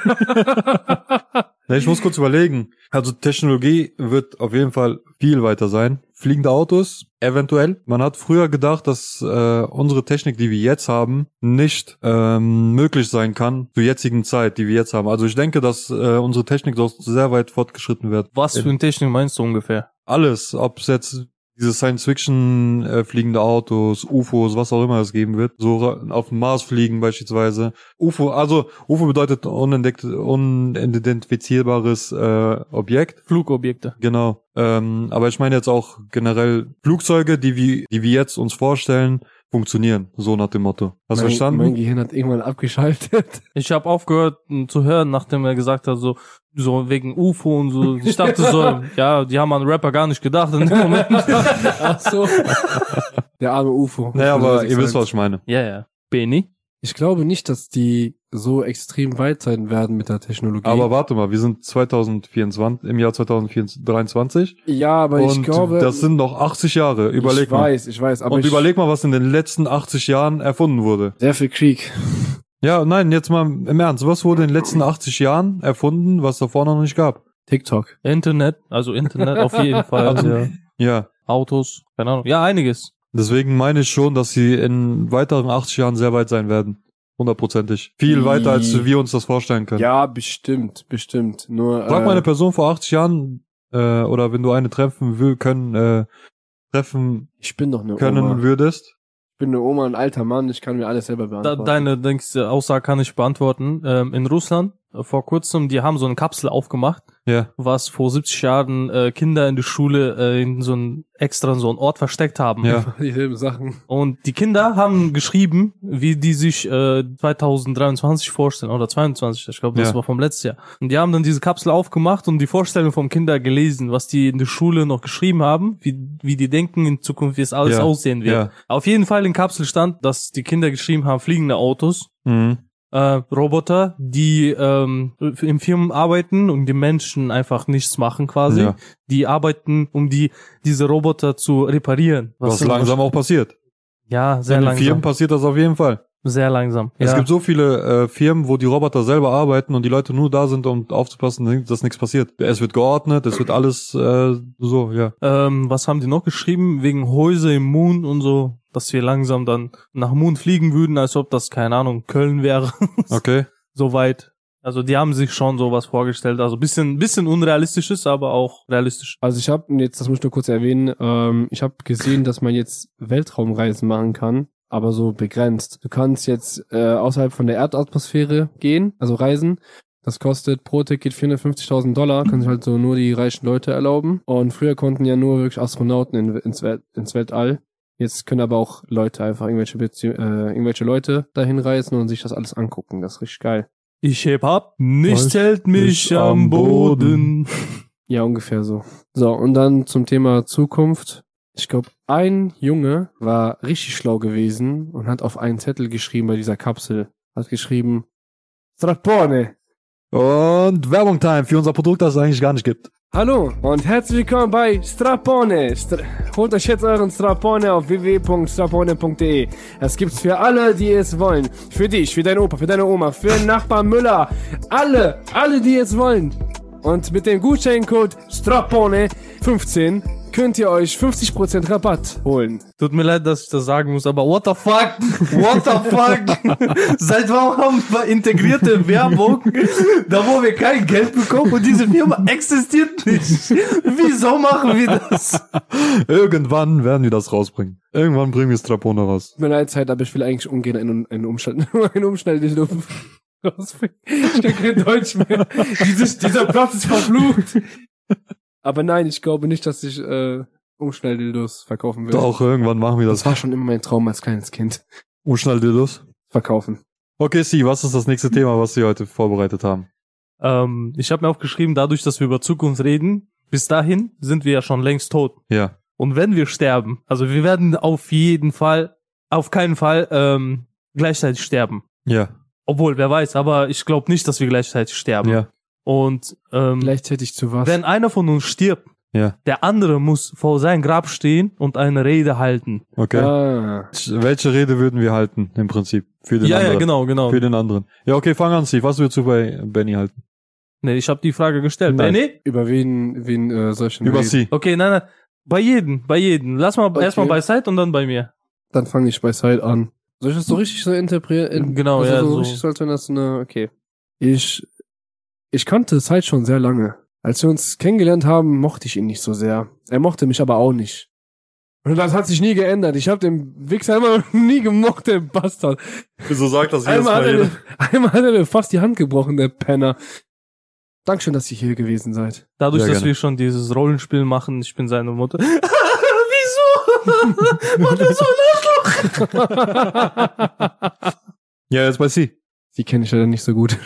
[SPEAKER 2] Ne, ich muss kurz überlegen. Also Technologie wird auf jeden Fall viel weiter sein. Fliegende Autos, eventuell. Man hat früher gedacht, dass äh, unsere Technik, die wir jetzt haben, nicht ähm, möglich sein kann zur jetzigen Zeit, die wir jetzt haben. Also ich denke, dass äh, unsere Technik doch sehr weit fortgeschritten wird.
[SPEAKER 3] Was für eine Technik meinst du ungefähr?
[SPEAKER 2] alles, ob es jetzt diese Science-Fiction äh, fliegende Autos, UFOs, was auch immer es geben wird, so ra- auf dem Mars fliegen beispielsweise. UFO, also UFO bedeutet unentdeckt, unidentifizierbares äh, Objekt.
[SPEAKER 3] Flugobjekte.
[SPEAKER 2] Genau. Ähm, aber ich meine jetzt auch generell Flugzeuge, die wir, die wir jetzt uns vorstellen, funktionieren. So nach dem Motto. Hast du
[SPEAKER 1] mein,
[SPEAKER 2] verstanden?
[SPEAKER 1] Mein Gehirn hat irgendwann abgeschaltet.
[SPEAKER 3] Ich habe aufgehört m, zu hören, nachdem er gesagt hat, so, so wegen UFO und so. Ich dachte so, ja, die haben an Rapper gar nicht gedacht in dem Moment.
[SPEAKER 1] Ach so. Der arme UFO.
[SPEAKER 2] naja, aber
[SPEAKER 1] Ich
[SPEAKER 2] ihr wisst,
[SPEAKER 1] sagen.
[SPEAKER 2] was ich meine.
[SPEAKER 3] Ja, ja. Benny?
[SPEAKER 1] Ich glaube nicht, dass die so extrem weit sein werden mit der Technologie.
[SPEAKER 2] Aber warte mal, wir sind 2024, im Jahr 2023
[SPEAKER 1] ja, aber
[SPEAKER 2] und
[SPEAKER 1] ich glaube,
[SPEAKER 2] das sind noch 80 Jahre. Überleg
[SPEAKER 1] ich
[SPEAKER 2] mal.
[SPEAKER 1] weiß, ich weiß, aber
[SPEAKER 2] und
[SPEAKER 1] ich,
[SPEAKER 2] überleg mal, was in den letzten 80 Jahren erfunden wurde.
[SPEAKER 1] sehr viel Krieg.
[SPEAKER 2] Ja, nein, jetzt mal im Ernst. Was wurde in den letzten 80 Jahren erfunden, was davor noch nicht gab?
[SPEAKER 1] TikTok.
[SPEAKER 3] Internet, also Internet auf jeden Fall.
[SPEAKER 2] Also-
[SPEAKER 3] ja.
[SPEAKER 2] Ja.
[SPEAKER 3] Autos, keine Ahnung. Ja, einiges.
[SPEAKER 2] Deswegen meine ich schon, dass sie in weiteren 80 Jahren sehr weit sein werden. Hundertprozentig. Viel
[SPEAKER 1] I-
[SPEAKER 2] weiter, als wir uns das vorstellen können.
[SPEAKER 1] Hm. Ja, äh, bestimmt, bestimmt. Nur
[SPEAKER 2] Frag mal eine Person vor 80 Jahren, äh, oder wenn du eine treffen will, können, äh, treffen
[SPEAKER 1] Ich bin doch eine
[SPEAKER 2] können
[SPEAKER 1] Oma.
[SPEAKER 2] würdest.
[SPEAKER 1] Ich bin eine Oma, ein alter Mann, ich kann mir alles selber
[SPEAKER 3] Da,
[SPEAKER 1] beantworten.
[SPEAKER 3] deine denkst, äh, Aussage kann ich beantworten. Ähm, in Russland äh, vor kurzem, die haben so eine Kapsel aufgemacht,
[SPEAKER 2] Ja.
[SPEAKER 3] was vor 70 Jahren äh, Kinder in der Schule äh, in so einen extra so einen Ort versteckt haben.
[SPEAKER 2] Ja.
[SPEAKER 1] Dieselben Sachen.
[SPEAKER 3] Und die Kinder haben geschrieben, wie die sich äh, 2023 vorstellen oder 22, ich glaube, das
[SPEAKER 2] Ja.
[SPEAKER 3] war vom letzten Jahr. Und die haben dann diese Kapsel aufgemacht und die Vorstellung vom Kinder gelesen, was die in der Schule noch geschrieben haben, wie, wie die denken in Zukunft, wie es alles
[SPEAKER 2] Ja.
[SPEAKER 3] aussehen wird.
[SPEAKER 2] Ja.
[SPEAKER 3] Auf jeden Fall in Kapsel stand, dass die Kinder geschrieben haben, fliegende Autos,
[SPEAKER 2] Mhm.
[SPEAKER 3] äh, Roboter, die ähm, in Firmen arbeiten und die Menschen einfach nichts machen quasi.
[SPEAKER 2] Ja.
[SPEAKER 3] Die arbeiten, um die diese Roboter zu reparieren.
[SPEAKER 2] Was, langsam auch passiert.
[SPEAKER 3] Ja, sehr
[SPEAKER 2] in den
[SPEAKER 3] langsam.
[SPEAKER 2] Firmen passiert das auf jeden Fall.
[SPEAKER 3] Sehr langsam.
[SPEAKER 2] Es
[SPEAKER 3] ja.
[SPEAKER 2] gibt so viele äh, Firmen, wo die Roboter selber arbeiten und die Leute nur da sind, um aufzupassen, dass nichts passiert. Es wird geordnet, es wird alles äh, so, ja.
[SPEAKER 3] ähm, was haben die noch geschrieben? Wegen Häuser im Mond und so, dass wir langsam dann nach Mond fliegen würden, als ob das, keine Ahnung, Köln wäre.
[SPEAKER 2] Okay.
[SPEAKER 3] so weit. Also die haben sich schon sowas vorgestellt. Also bisschen, bisschen unrealistisch ist, aber auch realistisch.
[SPEAKER 1] Also ich habe jetzt, das muss ich nur kurz erwähnen, ähm, ich habe gesehen, dass man jetzt Weltraumreisen machen kann, aber so begrenzt. Du kannst jetzt äh, außerhalb von der Erdatmosphäre gehen, also reisen. Das kostet pro Ticket 450.000 Dollar, können sich halt so nur die reichen Leute erlauben. Und früher konnten ja nur wirklich Astronauten in, ins, Wel ins Weltall. Jetzt können aber auch Leute einfach irgendwelche, Bezie äh, irgendwelche Leute dahin reisen und sich das alles angucken. Das ist richtig geil.
[SPEAKER 3] Ich heb ab, nichts
[SPEAKER 2] Was
[SPEAKER 3] hält mich
[SPEAKER 2] ist
[SPEAKER 3] am
[SPEAKER 2] am
[SPEAKER 3] Boden.
[SPEAKER 2] Boden?
[SPEAKER 1] Ja, ungefähr so. So, und dann zum Thema Zukunft. Ich glaube, ein Junge war richtig schlau gewesen und hat auf einen Zettel geschrieben bei dieser Kapsel. Hat geschrieben, Strappone.
[SPEAKER 2] Und Werbung Time für unser Produkt, das es eigentlich gar nicht gibt.
[SPEAKER 1] Hallo und herzlich willkommen bei Strapone. Stra Holt euch jetzt euren Strapone auf www.strapone.de. e. Es gibt's für alle, die es wollen. Für dich, für deinen Opa, für deine Oma, für den Nachbarn Müller. Alle, alle, die es wollen. Und mit dem Gutscheincode Strapone15 könnt ihr euch 50% Rabatt holen.
[SPEAKER 3] Tut mir leid, dass ich das sagen muss, aber what the fuck? What the fuck? Seit wann haben wir integrierte Werbung, da wo wir kein Geld bekommen und diese Firma existiert nicht? Wieso machen wir das?
[SPEAKER 2] Irgendwann werden wir das rausbringen. Irgendwann bringen wir Strapone raus.
[SPEAKER 1] Tut mir leid, Zeit, aber ich will eigentlich umgehen einen, einen Umstand, einen Umstand, den Ich kann kein Deutsch mehr. Dieses, dieser Platz ist verflucht. Aber nein, ich glaube nicht, dass ich äh, Umschnalldildos verkaufen will.
[SPEAKER 2] Doch, irgendwann machen wir das.
[SPEAKER 1] Das war schon immer mein Traum als kleines Kind.
[SPEAKER 2] Unschnell Dildos.
[SPEAKER 1] Verkaufen.
[SPEAKER 2] Okay, Sie, was ist das nächste Thema, was Sie heute vorbereitet haben?
[SPEAKER 3] Ähm, ich habe mir aufgeschrieben, dadurch, dass wir über Zukunft reden, bis dahin sind wir ja schon längst tot.
[SPEAKER 2] Ja.
[SPEAKER 3] Und wenn wir sterben, also wir werden auf jeden Fall, auf keinen Fall ähm, gleichzeitig sterben.
[SPEAKER 2] Ja.
[SPEAKER 3] Obwohl, wer weiß, aber ich glaube nicht, dass wir gleichzeitig sterben.
[SPEAKER 2] Ja.
[SPEAKER 3] Und
[SPEAKER 2] Hm.
[SPEAKER 3] ähm,
[SPEAKER 1] Gleichzeitig zu was?
[SPEAKER 3] wenn einer von uns stirbt,
[SPEAKER 2] Ja.
[SPEAKER 3] der andere muss vor sein Grab stehen und eine Rede halten.
[SPEAKER 2] Okay.
[SPEAKER 1] Ah.
[SPEAKER 2] Welche Rede würden wir halten, im Prinzip? Für den
[SPEAKER 3] ja,
[SPEAKER 2] anderen.
[SPEAKER 3] ja, genau, genau.
[SPEAKER 2] Für den anderen. Ja, okay, fang an, Steve. Was würdest du bei Benny halten?
[SPEAKER 3] Nee, ich habe die Frage gestellt.
[SPEAKER 2] Nein.
[SPEAKER 3] Benny?
[SPEAKER 1] Über wen, wen äh, solchen
[SPEAKER 2] Über Sie.
[SPEAKER 3] Okay, nein, nein. Bei jedem, bei jedem. Lass mal
[SPEAKER 1] Okay.
[SPEAKER 3] erstmal bei Side und dann bei mir.
[SPEAKER 1] Dann fange ich bei Side an. Soll ich das so richtig so interpretieren?
[SPEAKER 3] Genau,
[SPEAKER 1] also
[SPEAKER 3] ja,
[SPEAKER 1] So,
[SPEAKER 3] so.
[SPEAKER 1] richtig, so als wenn das eine, okay. Ich, ich kannte Side schon sehr lange. Als wir uns kennengelernt haben, mochte ich ihn nicht so sehr. Er mochte mich aber auch nicht. Und das hat sich nie geändert. Ich habe den Wichser immer noch nie gemocht, den Bastard.
[SPEAKER 2] Wieso sagt das
[SPEAKER 1] Einmal hat, er, einmal hat er mir fast die Hand gebrochen, der Penner. Dankeschön, dass ihr hier gewesen seid.
[SPEAKER 3] Dadurch,
[SPEAKER 2] Sehr
[SPEAKER 3] dass
[SPEAKER 2] gerne.
[SPEAKER 3] wir schon dieses Rollenspiel machen, ich bin seine Mutter. Wieso? Mann, das ist so
[SPEAKER 2] Ja, jetzt bei Sie.
[SPEAKER 1] Sie kenne ich leider nicht so gut.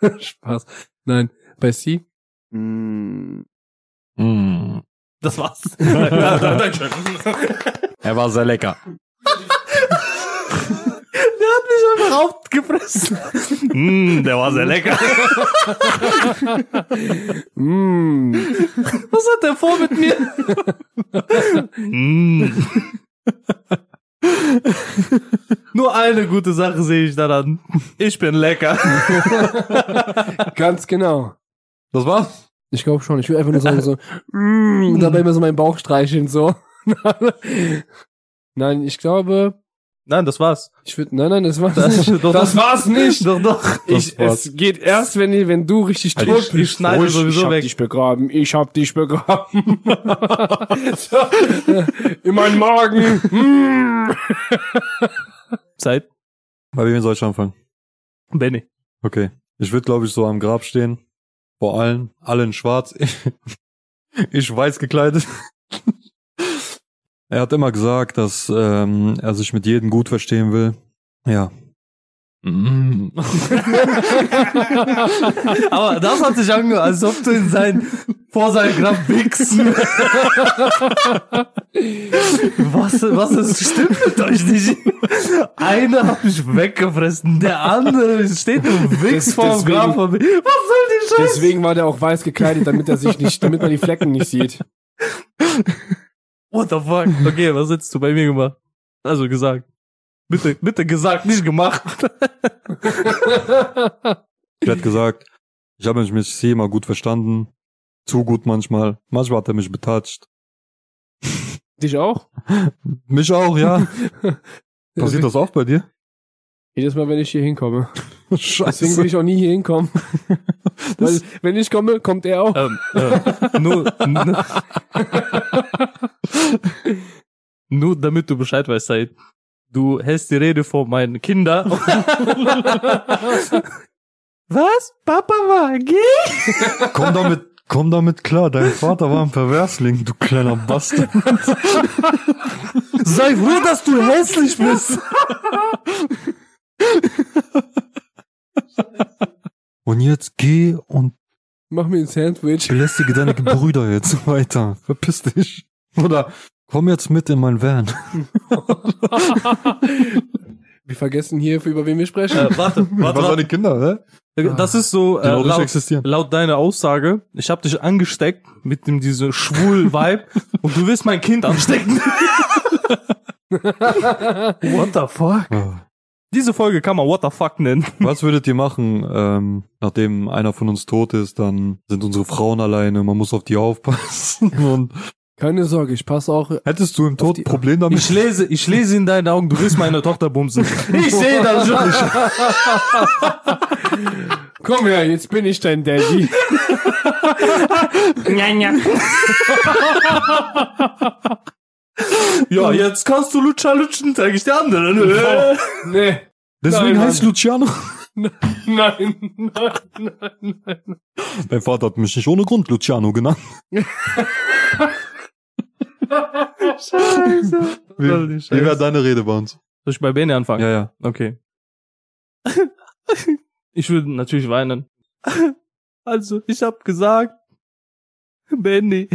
[SPEAKER 1] Spaß. Nein, bei Sie? Mm,
[SPEAKER 2] Mm.
[SPEAKER 3] Das war's. Dankeschön.
[SPEAKER 2] Er war sehr lecker.
[SPEAKER 3] Der hat mich einfach aufgefressen. mm, der war sehr lecker.
[SPEAKER 1] mm,
[SPEAKER 3] Was hat der vor mit mir? mm. Nur eine gute Sache sehe ich daran. Ich bin lecker.
[SPEAKER 1] ganz genau.
[SPEAKER 2] Das war's?
[SPEAKER 1] Ich glaube schon. Ich will einfach nur sagen so, mm, und dabei immer so meinen Bauch streicheln so. nein, ich glaube,
[SPEAKER 3] Nein, das war's.
[SPEAKER 1] ich würde, nein, nein, das war's
[SPEAKER 3] Das-
[SPEAKER 1] nicht.
[SPEAKER 3] doch, das-
[SPEAKER 1] war's nicht.
[SPEAKER 3] Doch, doch.
[SPEAKER 1] Ich,
[SPEAKER 2] war's.
[SPEAKER 1] es geht erst, wenn, ihr- wenn du richtig
[SPEAKER 2] Also
[SPEAKER 1] tot
[SPEAKER 2] ich-
[SPEAKER 3] ich schneide
[SPEAKER 1] Ruhig,
[SPEAKER 3] sowieso
[SPEAKER 1] ich hab
[SPEAKER 3] weg.
[SPEAKER 1] dich begraben, ich hab dich begraben. so, in meinen Magen. Mm.
[SPEAKER 3] Zeit.
[SPEAKER 2] Bei wem soll ich anfangen?
[SPEAKER 3] Benny.
[SPEAKER 2] Okay. Ich würde, glaube ich, so am Grab stehen. Vor allen, alle in schwarz. ich weiß gekleidet. er hat immer gesagt, dass ähm, er sich mit jedem gut verstehen will. Ja. Mm.
[SPEAKER 3] Aber das hat sich angehört, als ob du in sein, vor seinem Grab wichst. was, was ist, stimmt mit euch nicht? Einer hat mich weggefressen, der andere steht und
[SPEAKER 1] Des-
[SPEAKER 3] wichst vor dem
[SPEAKER 1] deswegen-
[SPEAKER 3] Grab von mir. Was soll die Scheiße?
[SPEAKER 1] Deswegen war der auch weiß gekleidet, damit er sich nicht, damit man die Flecken nicht sieht.
[SPEAKER 3] What the fuck? Okay, was hättest du bei mir gemacht? Also gesagt. Bitte, bitte gesagt, nicht gemacht.
[SPEAKER 2] Ich hätte gesagt, ich habe mich mit sie immer gut verstanden. Zu gut manchmal. Manchmal hat er mich betatscht.
[SPEAKER 1] Dich auch?
[SPEAKER 2] Mich auch, ja. Passiert das auch bei dir?
[SPEAKER 1] Jedes Mal, wenn ich hier hinkomme. Deswegen
[SPEAKER 2] Scheiße.
[SPEAKER 1] will ich auch nie hier hinkommen. Weil, wenn ich komme, kommt er auch.
[SPEAKER 3] ähm, äh, nur, n- nur damit du Bescheid weißt, Said. Du hältst die Rede vor meinen Kindern. Was? Papa war gay?
[SPEAKER 2] Komm damit, komm damit klar. Dein Vater war ein Perversling, du kleiner Bastard.
[SPEAKER 3] Sei froh, dass du hässlich bist.
[SPEAKER 2] Und jetzt geh und
[SPEAKER 1] Mach mir ein Sandwich.
[SPEAKER 2] belästige deine Brüder jetzt weiter. Verpiss dich. Oder komm jetzt mit in mein Van.
[SPEAKER 1] Wir vergessen hier, über wen wir sprechen.
[SPEAKER 3] Äh, warte,
[SPEAKER 2] Was Genau,
[SPEAKER 3] warte,
[SPEAKER 2] die Kinder, ne?
[SPEAKER 3] warte. Das ist so,
[SPEAKER 2] Die
[SPEAKER 3] äh,
[SPEAKER 2] noch nicht
[SPEAKER 3] laut,
[SPEAKER 2] existieren.
[SPEAKER 3] laut deiner Aussage, ich habe dich angesteckt mit dem diesem schwul Vibe und du willst mein Kind anstecken. what the fuck?
[SPEAKER 2] Ah.
[SPEAKER 3] Diese Folge kann man what the fuck nennen.
[SPEAKER 2] Was würdet ihr machen, ähm, nachdem einer von uns tot ist, dann sind unsere Frauen alleine, man muss auf die aufpassen und
[SPEAKER 1] Keine Sorge, ich passe auch.
[SPEAKER 2] hättest du im Tod
[SPEAKER 1] die-
[SPEAKER 2] ein Problem damit?
[SPEAKER 3] Ich lese, ich lese in deinen Augen, du willst meine Tochter bumsen. Ich sehe das schon.
[SPEAKER 1] Komm her, jetzt bin ich dein Daddy.
[SPEAKER 3] Ja, jetzt kannst du Lutscher lutschen, zeig ich ne? der anderen.
[SPEAKER 1] nee.
[SPEAKER 2] Deswegen
[SPEAKER 1] Nein, Mann.
[SPEAKER 2] heißt Luciano.
[SPEAKER 1] Nein, nein, nein, nein.
[SPEAKER 2] Dein Vater hat mich nicht ohne Grund Luciano genannt.
[SPEAKER 3] Scheiße.
[SPEAKER 2] Wie,
[SPEAKER 3] Oh, die
[SPEAKER 2] wie
[SPEAKER 3] Scheiße.
[SPEAKER 2] wäre deine Rede bei uns?
[SPEAKER 3] Soll ich bei Bene anfangen?
[SPEAKER 2] Ja, ja.
[SPEAKER 3] Okay. ich würde natürlich weinen. Also, ich hab gesagt, Benny,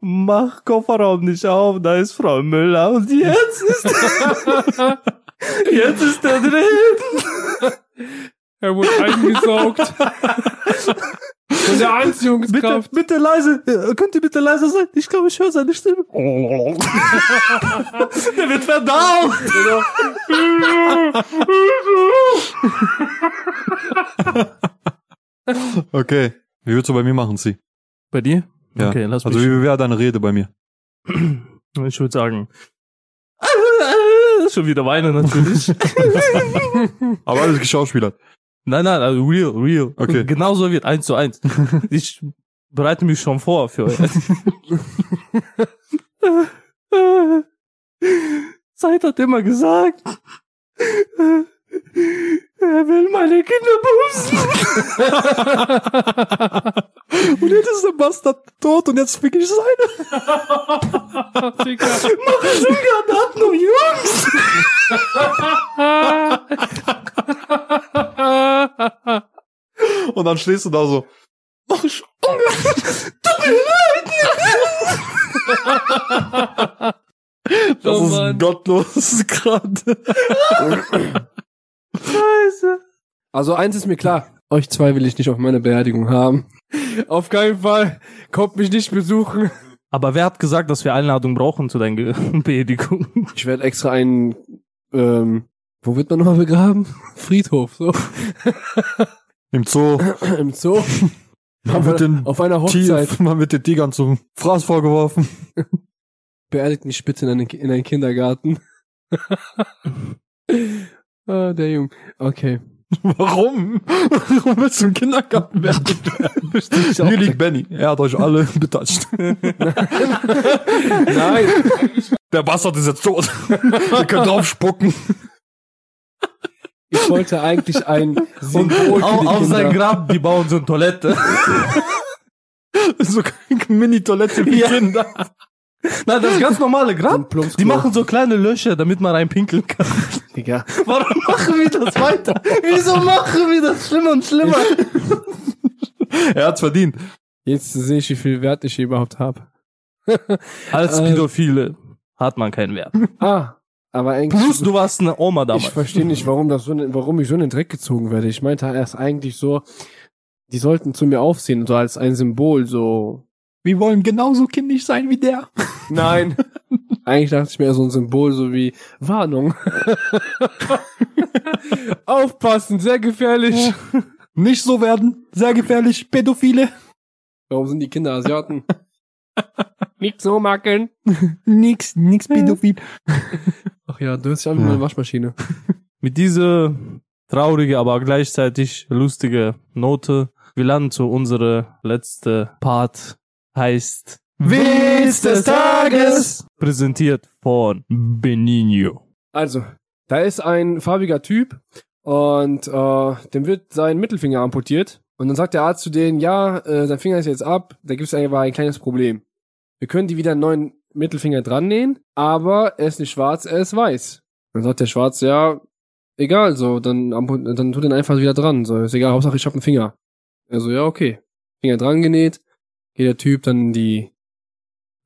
[SPEAKER 3] mach Kofferraum nicht auf, da ist Frau Müller und jetzt ist jetzt ist der drin.
[SPEAKER 1] Er wurde eingesaugt. Von der Anziehungskraft.
[SPEAKER 3] Bitte, bitte leise, Äh, könnt ihr bitte leise sein? Ich glaube, ich höre seine Stimme. der wird verdaut.
[SPEAKER 2] Okay. Wie würdest du bei mir machen, Sie?
[SPEAKER 3] Bei dir?
[SPEAKER 2] Ja.
[SPEAKER 3] Okay, lass
[SPEAKER 2] also
[SPEAKER 3] mich.
[SPEAKER 2] wie wäre deine Rede bei mir?
[SPEAKER 3] Ich würde sagen, schon wieder weinen natürlich.
[SPEAKER 2] Aber alles geschauspielert.
[SPEAKER 3] Nein, nein, also real, real.
[SPEAKER 2] Okay.
[SPEAKER 3] Genauso wird eins zu eins. Ich bereite mich schon vor für euch. Zeit hat immer gesagt, er will meine Kinder bumsen.
[SPEAKER 2] Und jetzt ist der Bastard tot und jetzt fick ich seine.
[SPEAKER 3] Mach ich sogar Daten um Jungs.
[SPEAKER 2] Und dann stehst du da so.
[SPEAKER 1] Oh
[SPEAKER 2] Mach ich Das
[SPEAKER 1] Oh
[SPEAKER 2] ist
[SPEAKER 1] Mann.
[SPEAKER 2] gottlos gerade.
[SPEAKER 3] Scheiße.
[SPEAKER 1] Also eins ist mir klar. Euch zwei will ich nicht auf meiner Beerdigung haben. Auf keinen Fall. Kommt mich nicht besuchen.
[SPEAKER 3] Aber wer hat gesagt, dass wir Einladung brauchen zu deiner Ge- Beerdigung?
[SPEAKER 1] Ich werde extra einen, ähm, wo wird man nochmal begraben? Friedhof, so.
[SPEAKER 2] Im Zoo.
[SPEAKER 1] Im Zoo.
[SPEAKER 2] Man
[SPEAKER 1] Auf
[SPEAKER 2] wird
[SPEAKER 1] einer,
[SPEAKER 2] den,
[SPEAKER 1] auf einer Hochzeit.
[SPEAKER 2] Tier, man wird den Tigern zum Fraß vorgeworfen.
[SPEAKER 1] Beerdigt mich bitte in einen, in einen Kindergarten. ah, der Junge. Okay.
[SPEAKER 2] Warum? Warum willst du im Kindergarten werden? Hier liegt Benny. Er hat euch alle betatscht.
[SPEAKER 1] Nein.
[SPEAKER 2] Der Bastard ist jetzt tot. Ihr könnt draufspucken.
[SPEAKER 1] Ich wollte eigentlich ein Symbol für die
[SPEAKER 3] auf sein
[SPEAKER 1] Kinder.
[SPEAKER 3] Grab, die bauen so eine Toilette.
[SPEAKER 2] So eine Mini-Toilette für
[SPEAKER 3] Ja.
[SPEAKER 2] Kinder.
[SPEAKER 3] Nein, das ist ganz normale Grab.
[SPEAKER 1] Ein Plumpsklo.
[SPEAKER 3] Die machen so kleine Löcher, damit man reinpinkeln kann.
[SPEAKER 1] Digga.
[SPEAKER 3] Warum machen wir das weiter? Wieso machen wir das schlimmer und schlimmer?
[SPEAKER 2] Er hat's verdient.
[SPEAKER 1] Jetzt sehe ich, wie viel Wert ich hier überhaupt habe.
[SPEAKER 3] Als
[SPEAKER 1] Äh.
[SPEAKER 3] Pädophile hat man keinen Wert.
[SPEAKER 1] Ah, aber eigentlich.
[SPEAKER 3] Plus, du warst eine Oma
[SPEAKER 1] Ich
[SPEAKER 3] damals.
[SPEAKER 1] verstehe nicht, warum das so, ne- warum ich so in den Dreck gezogen werde. Ich meinte halt erst eigentlich so, die sollten zu mir aufsehen, so als ein Symbol, so.
[SPEAKER 2] Wir wollen genauso kindisch sein wie der.
[SPEAKER 1] Nein. eigentlich dachte ich mir eher so ein Symbol, so wie Warnung. Aufpassen, sehr gefährlich.
[SPEAKER 2] Nicht so werden. Sehr gefährlich. Pädophile.
[SPEAKER 1] Warum sind die Kinder Asiaten? Nicht so machen.
[SPEAKER 2] Nix, nix pädophil.
[SPEAKER 1] Ach ja, du hast ja eine
[SPEAKER 2] Ja.
[SPEAKER 1] Waschmaschine.
[SPEAKER 3] Mit dieser traurige, aber gleichzeitig lustige Note, wir landen zu unserer letzte Part, heißt
[SPEAKER 2] Witz des Tages.
[SPEAKER 3] präsentiert von Benigno.
[SPEAKER 1] Also, da ist ein farbiger Typ und äh, dem wird sein Mittelfinger amputiert. Und dann sagt der Arzt zu denen, ja, äh, sein Finger ist jetzt ab, da gibt es aber ein kleines Problem. Wir können die wieder einen neuen Mittelfinger dran nähen, aber er ist nicht schwarz, er ist weiß. Dann sagt der Schwarze, ja, egal, so, dann, ampu- dann tut den einfach wieder dran. So, ist egal, Hauptsache ich hab einen Finger. Er so, ja, okay. Finger dran genäht, geht der Typ dann in die,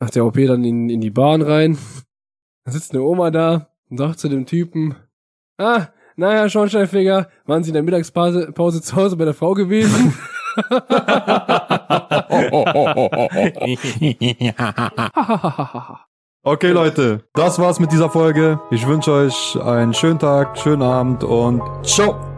[SPEAKER 1] nach der OP dann in, in die Bahn rein. Da sitzt eine Oma da, und sagt zu dem Typen, ah, naja, Schornsteinfeger, waren Sie in der Mittagspause Pause zu Hause bei der Frau gewesen?
[SPEAKER 2] Oh, Okay, Leute, das war's mit dieser Folge. Ich wünsche euch einen schönen Tag, schönen Abend und ciao.